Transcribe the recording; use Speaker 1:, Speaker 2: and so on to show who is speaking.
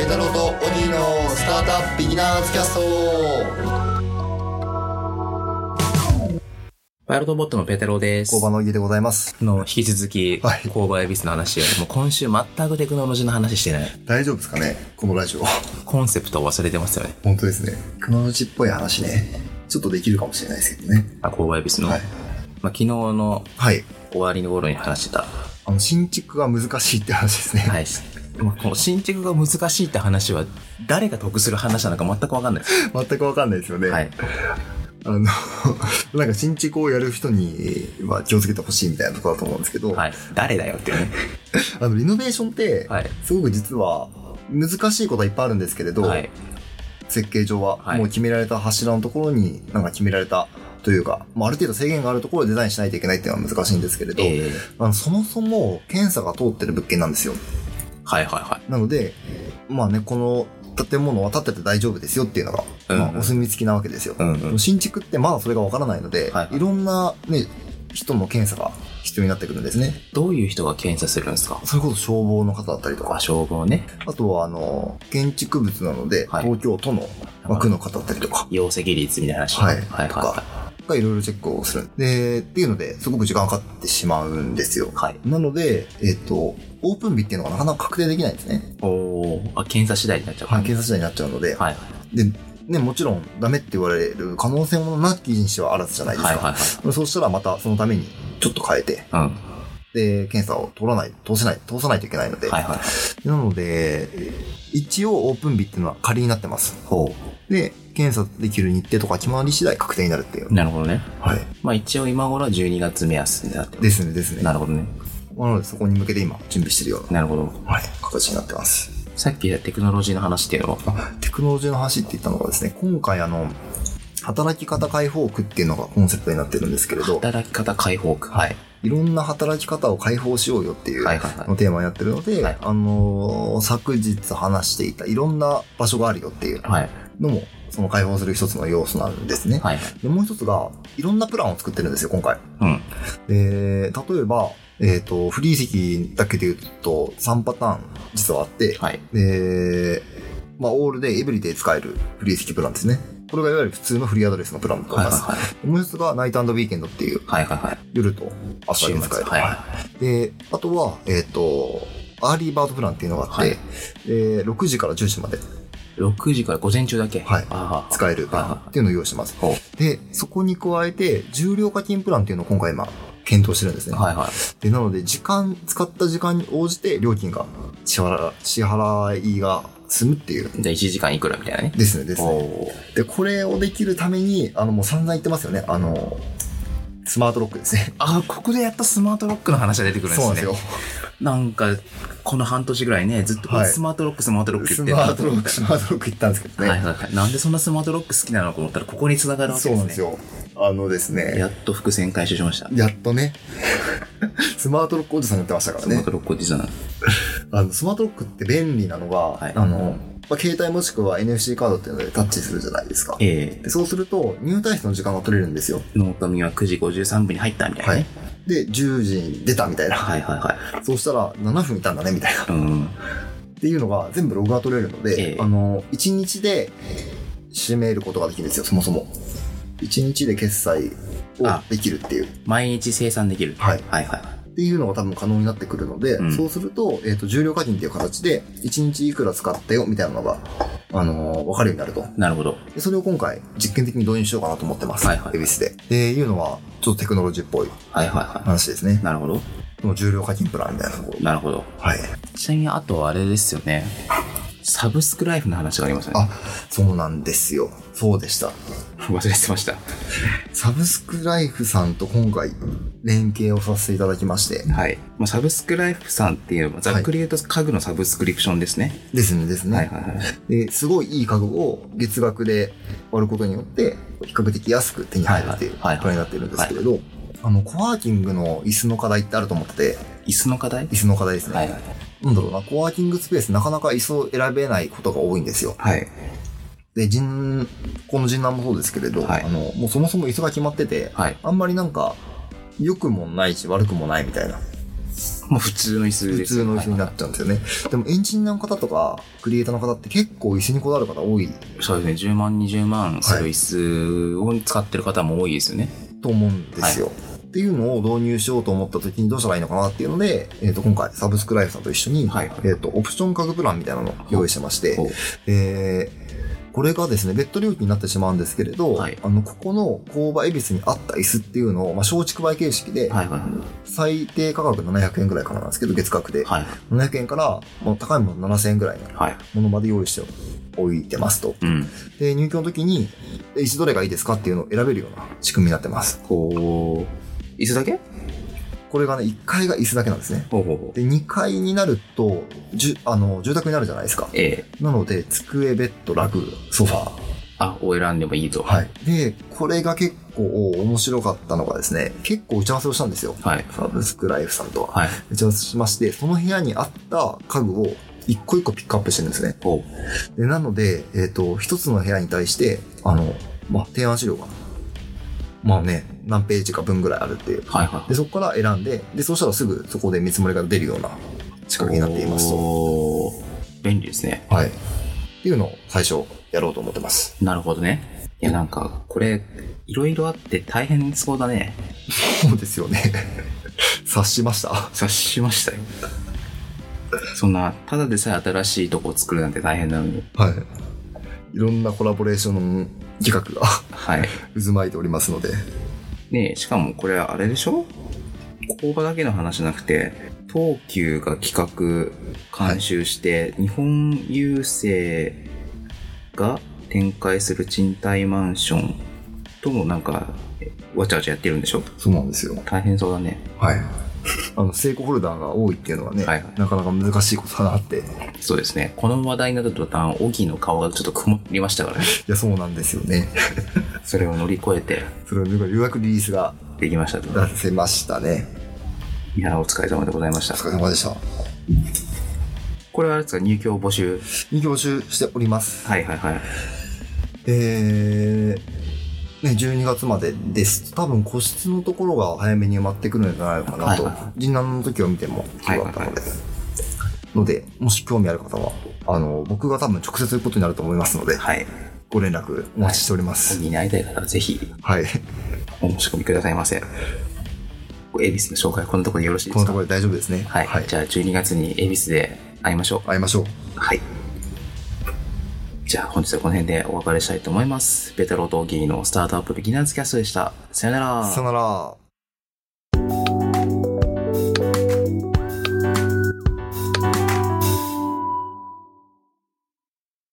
Speaker 1: イ太郎とオギーのスタートアップビギナーズキャスト
Speaker 2: ワイルドボットのペテロです。
Speaker 1: 工場のオギーでございます。
Speaker 2: の引き続き、
Speaker 1: はい
Speaker 2: 工場エビスの話 を、もう今週全くテクノロジーの話してない。
Speaker 1: 大丈夫ですかねこのラジオ。
Speaker 2: コンセプトを忘れてますよね。
Speaker 1: 本当ですね。クノロジーっぽい話ね。ちょっとできるかもしれないですけどね。
Speaker 2: あ工場エビスの。
Speaker 1: はい
Speaker 2: まあ、昨日の
Speaker 1: はい。
Speaker 2: 終わりの頃に話してた。
Speaker 1: あの、新築が難しいって話ですね。
Speaker 2: はい。まあこの新築が難しいって話は、誰が得する話なのか全くわかんないです。
Speaker 1: 全くわかんないですよね。
Speaker 2: はい。
Speaker 1: あの、 なんか新築をやる人には気をつけてほしいみたいなところだと思うんですけど、
Speaker 2: はい。誰だよっていうね。
Speaker 1: あの、リノベーションって、
Speaker 2: はい。
Speaker 1: すごく実は難しいことはいっぱいあるんですけれど、
Speaker 2: はい。
Speaker 1: 設計上は、
Speaker 2: はい
Speaker 1: もう決められた柱のところになんか決められたというか、まあ、ある程度制限があるところでデザインしないといけないっていうのは難しいんですけれど、
Speaker 2: えー、
Speaker 1: あのそもそも検査が通ってる物件なんですよ。
Speaker 2: はいはいはい。
Speaker 1: なので、まあね、この建物は建てて大丈夫ですよっていうのが、
Speaker 2: うん
Speaker 1: まあ、お墨付きなわけですよ。
Speaker 2: うんうん。
Speaker 1: 新築ってまだそれがわからないので、
Speaker 2: はい
Speaker 1: い、ろんな、ね、人の検査が必要になってくるんですね。
Speaker 2: どういう人が検査するんですか
Speaker 1: それこそ消防の方だったりとか
Speaker 2: あ、、消防ね。
Speaker 1: あとはあの、建築物なので、
Speaker 2: はい
Speaker 1: 東京都の、まあ、区の方だったりとか、
Speaker 2: 容積率みたいな話。
Speaker 1: はい
Speaker 2: はいはい
Speaker 1: とか
Speaker 2: は
Speaker 1: がいろいろチェックをする。で、っていうので、すごく時間がかかってしまうんですよ。
Speaker 2: はい
Speaker 1: なので、えっ、と、オープン日っていうのがなかなか確定できないんですね。
Speaker 2: い。おーあ、検査次第になっちゃう
Speaker 1: は
Speaker 2: 感
Speaker 1: い。
Speaker 2: じ。
Speaker 1: 検査次第になっちゃうので、
Speaker 2: はい。
Speaker 1: で、ね、もちろんダメって言われる可能性もなきにしはあらずじゃないですか。
Speaker 2: はいはいはい。
Speaker 1: そうしたらまたそのためにちょっと変えて、
Speaker 2: うん。
Speaker 1: で、検査を通らない、通せない、通さないといけないので、
Speaker 2: はいはい。
Speaker 1: なので、一応オープン日っていうのは仮になってます。
Speaker 2: ほ
Speaker 1: で、検査できる日程とか決まり次第確定になるっていう
Speaker 2: う。。なるほどね。
Speaker 1: はい。
Speaker 2: まあ一応今頃は12月目安になってます
Speaker 1: ですね、ですね。
Speaker 2: な
Speaker 1: な
Speaker 2: るほどね。
Speaker 1: ので、そこに向けて今、準備してるよう
Speaker 2: なるほど。
Speaker 1: な、はい、形になってます。
Speaker 2: さっき言ったテクノロジーの話っていうのは、
Speaker 1: あ、テクノロジーの話って言ったのがですね、今回あの、働き方解放区っていうのがコンセプトになってるんですけれど、
Speaker 2: 働き方解放区。はい。
Speaker 1: いろんな働き方を解放しようよっていう
Speaker 2: はいはいはい
Speaker 1: のをテーマになってるので、
Speaker 2: はい
Speaker 1: あのー昨日話していたいろんな場所があるよっていう
Speaker 2: はい。
Speaker 1: のも、その解放する一つの要素なんですね。
Speaker 2: はい。
Speaker 1: でもう一つが、いろんなプランを作ってるんですよ、今回。
Speaker 2: うん。
Speaker 1: で、例えば、えっ、と、フリー席だけで言うと3パターン実はあって、
Speaker 2: はい。
Speaker 1: で、まあ、オールでエブリデイ使えるフリー席プランですね。これがいわゆる普通のフリーアドレスのプランだと思
Speaker 2: はいい
Speaker 1: ます。
Speaker 2: はいはい。
Speaker 1: もう一つがナイトウィーケンドっていう
Speaker 2: はいはいはい。
Speaker 1: 夜と朝
Speaker 2: 週
Speaker 1: で使え
Speaker 2: 末。
Speaker 1: る。
Speaker 2: はい。
Speaker 1: で、あとは、えっ、と、アーリーバードプランっていうのがあって、
Speaker 2: はい
Speaker 1: で6時から10時まで
Speaker 2: 6時から午前中だけ。
Speaker 1: はい
Speaker 2: ああ。
Speaker 1: 使えるプランっていうのを用意してます。
Speaker 2: ほ
Speaker 1: で、そこに加えて、重量課金プランっていうのを今回今、検討してるんです
Speaker 2: う。
Speaker 1: ね。
Speaker 2: はいはい。
Speaker 1: で、なので、時間、使った時間に応じて料金が支払、支払いが済むっていう。
Speaker 2: じゃあ1時間いくらみたいなね。
Speaker 1: ですね、ですね。
Speaker 2: おー
Speaker 1: で、これをできるために、あの、もう散々言ってますよね。あの、スマートロックですね。
Speaker 2: あーここでやっとスマートロックの話が出てくるんですね。
Speaker 1: そうなんですよ。
Speaker 2: なんか、この半年ぐらいね、ずっとこ
Speaker 1: は
Speaker 2: れ
Speaker 1: い
Speaker 2: スマートロック、スマートロック言
Speaker 1: ス
Speaker 2: って
Speaker 1: マ
Speaker 2: る
Speaker 1: ートロック、スマートロック言ったんですけどね。
Speaker 2: はいはいはい。なんでそんなスマートロック好きなのかと思ったら、ここに繋がるわけ
Speaker 1: そう
Speaker 2: ですね。
Speaker 1: なんですよ。あのですね。
Speaker 2: やっと伏線回収しました。
Speaker 1: やっとね。 スマートロックおじさんやってましたから
Speaker 2: スマ
Speaker 1: ね
Speaker 2: ー。トロックおじさん。
Speaker 1: あの、スマートロックって便利なのが、
Speaker 2: はい
Speaker 1: あの、まあ、携帯もしくは NFC カードっていうのでタッチするじゃないですか。
Speaker 2: え
Speaker 1: でそうすると、入退室の時間が取れるんですよ。
Speaker 2: えノートミは9時53分に入ったみたいなね。
Speaker 1: で、10時に出たみたいな。
Speaker 2: はい、はい、はい。
Speaker 1: そうしたら、7分いたんだね、みたいな。
Speaker 2: うん。
Speaker 1: っていうのが全部ログが取れるので、
Speaker 2: ええ
Speaker 1: あの、1日で締めることができるんですよ、そもそも。1日で決済をできるっていう。
Speaker 2: 毎日生産できる。
Speaker 1: はい
Speaker 2: はい、はい。
Speaker 1: っていうのが多分可能になってくるので、
Speaker 2: うん
Speaker 1: そうすると、えっ、と、重量課金っていう形で、1日いくら使ったよ、みたいなのが、あのーわかるようになると。
Speaker 2: なるほど。
Speaker 1: で、それを今回、実験的に導入しようかなと思ってます。
Speaker 2: はいはい
Speaker 1: 恵比寿で。っていうのは、ちょっとテクノロジーっぽい
Speaker 2: はい、はい、は
Speaker 1: 話ですね
Speaker 2: い。。なるほど。
Speaker 1: この重量課金プランみたいなところ。
Speaker 2: なるほど。
Speaker 1: はい。
Speaker 2: ちなみに、あとはあれですよね。サブスクライフの話がありましたね。
Speaker 1: あ、そうなんですよ。そうでした。
Speaker 2: 忘れてました。
Speaker 1: サブスクライフさんと今回、連携をさせていただきまして。
Speaker 2: はい。まあ、サブスクライフさんっていう、まあざっくり言うと家具のサブスクリプションですね。
Speaker 1: ですね、ですね。
Speaker 2: はい、はい、はい。
Speaker 1: ですごいいい家具を月額で割ることによって比較的安く手に入るっていうこ
Speaker 2: はいはいはいはい
Speaker 1: とになってるんですけれど、あのコワーキングの椅子の課題ってあると思ってて
Speaker 2: 椅子の課題
Speaker 1: 椅子の課題ですね、
Speaker 2: はい、はい。
Speaker 1: なんだろうなコワーキングスペースなかなか椅子を選べないことが多いんですよ
Speaker 2: はい。
Speaker 1: で人この人南もそうですけれど、
Speaker 2: はい
Speaker 1: あのもうそもそも椅子が決まってて
Speaker 2: はい。
Speaker 1: あんまりなんか良くもないし悪くもないみたいな
Speaker 2: まあ普通の椅子
Speaker 1: 普
Speaker 2: です。
Speaker 1: 通の椅子になっちゃうんですよね。でもエンジニアの方とか、クリエイターの方って結構椅子にこだわる方多い
Speaker 2: そうですね、10万、20万する椅子を使ってる方も多いですよね。
Speaker 1: と思うんですよ。っていうのを導入しようと思った時にどうしたらいいのかなっていうので、えっ、と、今回、サブスクライフさんと一緒に、
Speaker 2: はい
Speaker 1: えっ、と、オプション家具プランみたいなのを用意してまして、
Speaker 2: ほう
Speaker 1: えーこれがですね、ベッド料金になってしまうんですけれど、
Speaker 2: はい
Speaker 1: あの、ここの購買恵比寿にあった椅子っていうのを、まあ、松竹梅形式で、
Speaker 2: はいはい
Speaker 1: 最低価格700円ぐらいからなんですけど、月額で。
Speaker 2: はい。
Speaker 1: 700円から、まあ、高いもの7000円ぐらいの
Speaker 2: はい。
Speaker 1: ものまで用意しておいてますと。
Speaker 2: うん。
Speaker 1: で、入居の時に、え椅子どれがいいですかっていうのを選べるような仕組みになってます。
Speaker 2: こう、椅子だけ
Speaker 1: これがね、1階が椅子だけなんですね。
Speaker 2: ほうほうほう。
Speaker 1: で、2階になると、じゅあの住宅になるじゃないですか。
Speaker 2: ええ
Speaker 1: なので、机、ベッド、ラグ、ソファー。
Speaker 2: あ、を選んでもいいと。。
Speaker 1: はいい。で、これが結構面白かったのがですね、結構打ち合わせをしたんですよ。
Speaker 2: はい。
Speaker 1: サブスクライフさんとは。
Speaker 2: はい。
Speaker 1: 打ち合わせしまして、その部屋にあった家具を一個一個ピックアップしてるんですね。
Speaker 2: ほう。
Speaker 1: で、なので、えっ、と、一つの部屋に対して、あの、まあ、提案資料が、まあね、何ページか分ぐらいあるっていう。
Speaker 2: はいはい。
Speaker 1: で、そこから選んで、で、そうしたらすぐそこで見積もりが出るような仕掛けになっていますと。
Speaker 2: おー便利ですね。
Speaker 1: はい。っていうのを最初やろうと思ってます。
Speaker 2: なるほどね。いや、なんか、これ、いろいろあって大変そうだね。
Speaker 1: そうですよね。 察しました。
Speaker 2: 察しましたよ。そんな、ただでさえ新しいとこを作るなんて大変なのに。
Speaker 1: はい。いろんなコラボレーション企画が
Speaker 2: はい。
Speaker 1: 渦巻いておりますので。
Speaker 2: ねえしかもこれあれでしょ工場だけの話じゃなくて、東急が企画、監修して、日本郵政が展開する賃貸マンションともなんか、えわちゃわちゃやってるんでしょ
Speaker 1: そうなんですよ。
Speaker 2: 大変そうだね。
Speaker 1: はい。あの、成功ホルダーが多いっていうのはね、
Speaker 2: はいはい
Speaker 1: なかなか難しいことだなって。い
Speaker 2: そうですね。この話題になった途端、オギの顔がちょっと曇りましたからね。
Speaker 1: や、そうなんですよね。
Speaker 2: それを乗り越えて
Speaker 1: それを留学リリースが
Speaker 2: できましたと。
Speaker 1: 出せましたね。
Speaker 2: いや、お疲れ様でございまし
Speaker 1: お
Speaker 2: た。
Speaker 1: 疲れ様でした。
Speaker 2: これはあれですか、入居募集。
Speaker 1: 入居募集しております。
Speaker 2: はいはいはい。
Speaker 1: えー、ね、12月までです。多分個室のところが早めに埋まってくるんじゃないのかなと。
Speaker 2: はいはいは
Speaker 1: 人南の時を見てもそうだった
Speaker 2: はい
Speaker 1: の
Speaker 2: はい
Speaker 1: で
Speaker 2: は。
Speaker 1: ので、もし興味ある方は、あの、僕が多分直接行くことになると思いますので、
Speaker 2: はい。
Speaker 1: ご連絡お待ちしております。
Speaker 2: に会いたい方はぜひ、
Speaker 1: はい。
Speaker 2: お申し込みくださいませ。恵比寿の紹介はこんなところでよろしいで
Speaker 1: この
Speaker 2: す
Speaker 1: と
Speaker 2: か
Speaker 1: ころで大丈夫ですね。
Speaker 2: はい、じゃあ12月に恵比寿で会いましょ
Speaker 1: 会いましょう。
Speaker 2: う。はい。じゃあ本日はこの辺でお別れしたいと思います。ベテローとオギーのスタートアップビギナーズキャストでした。さよなら。
Speaker 1: さよなら。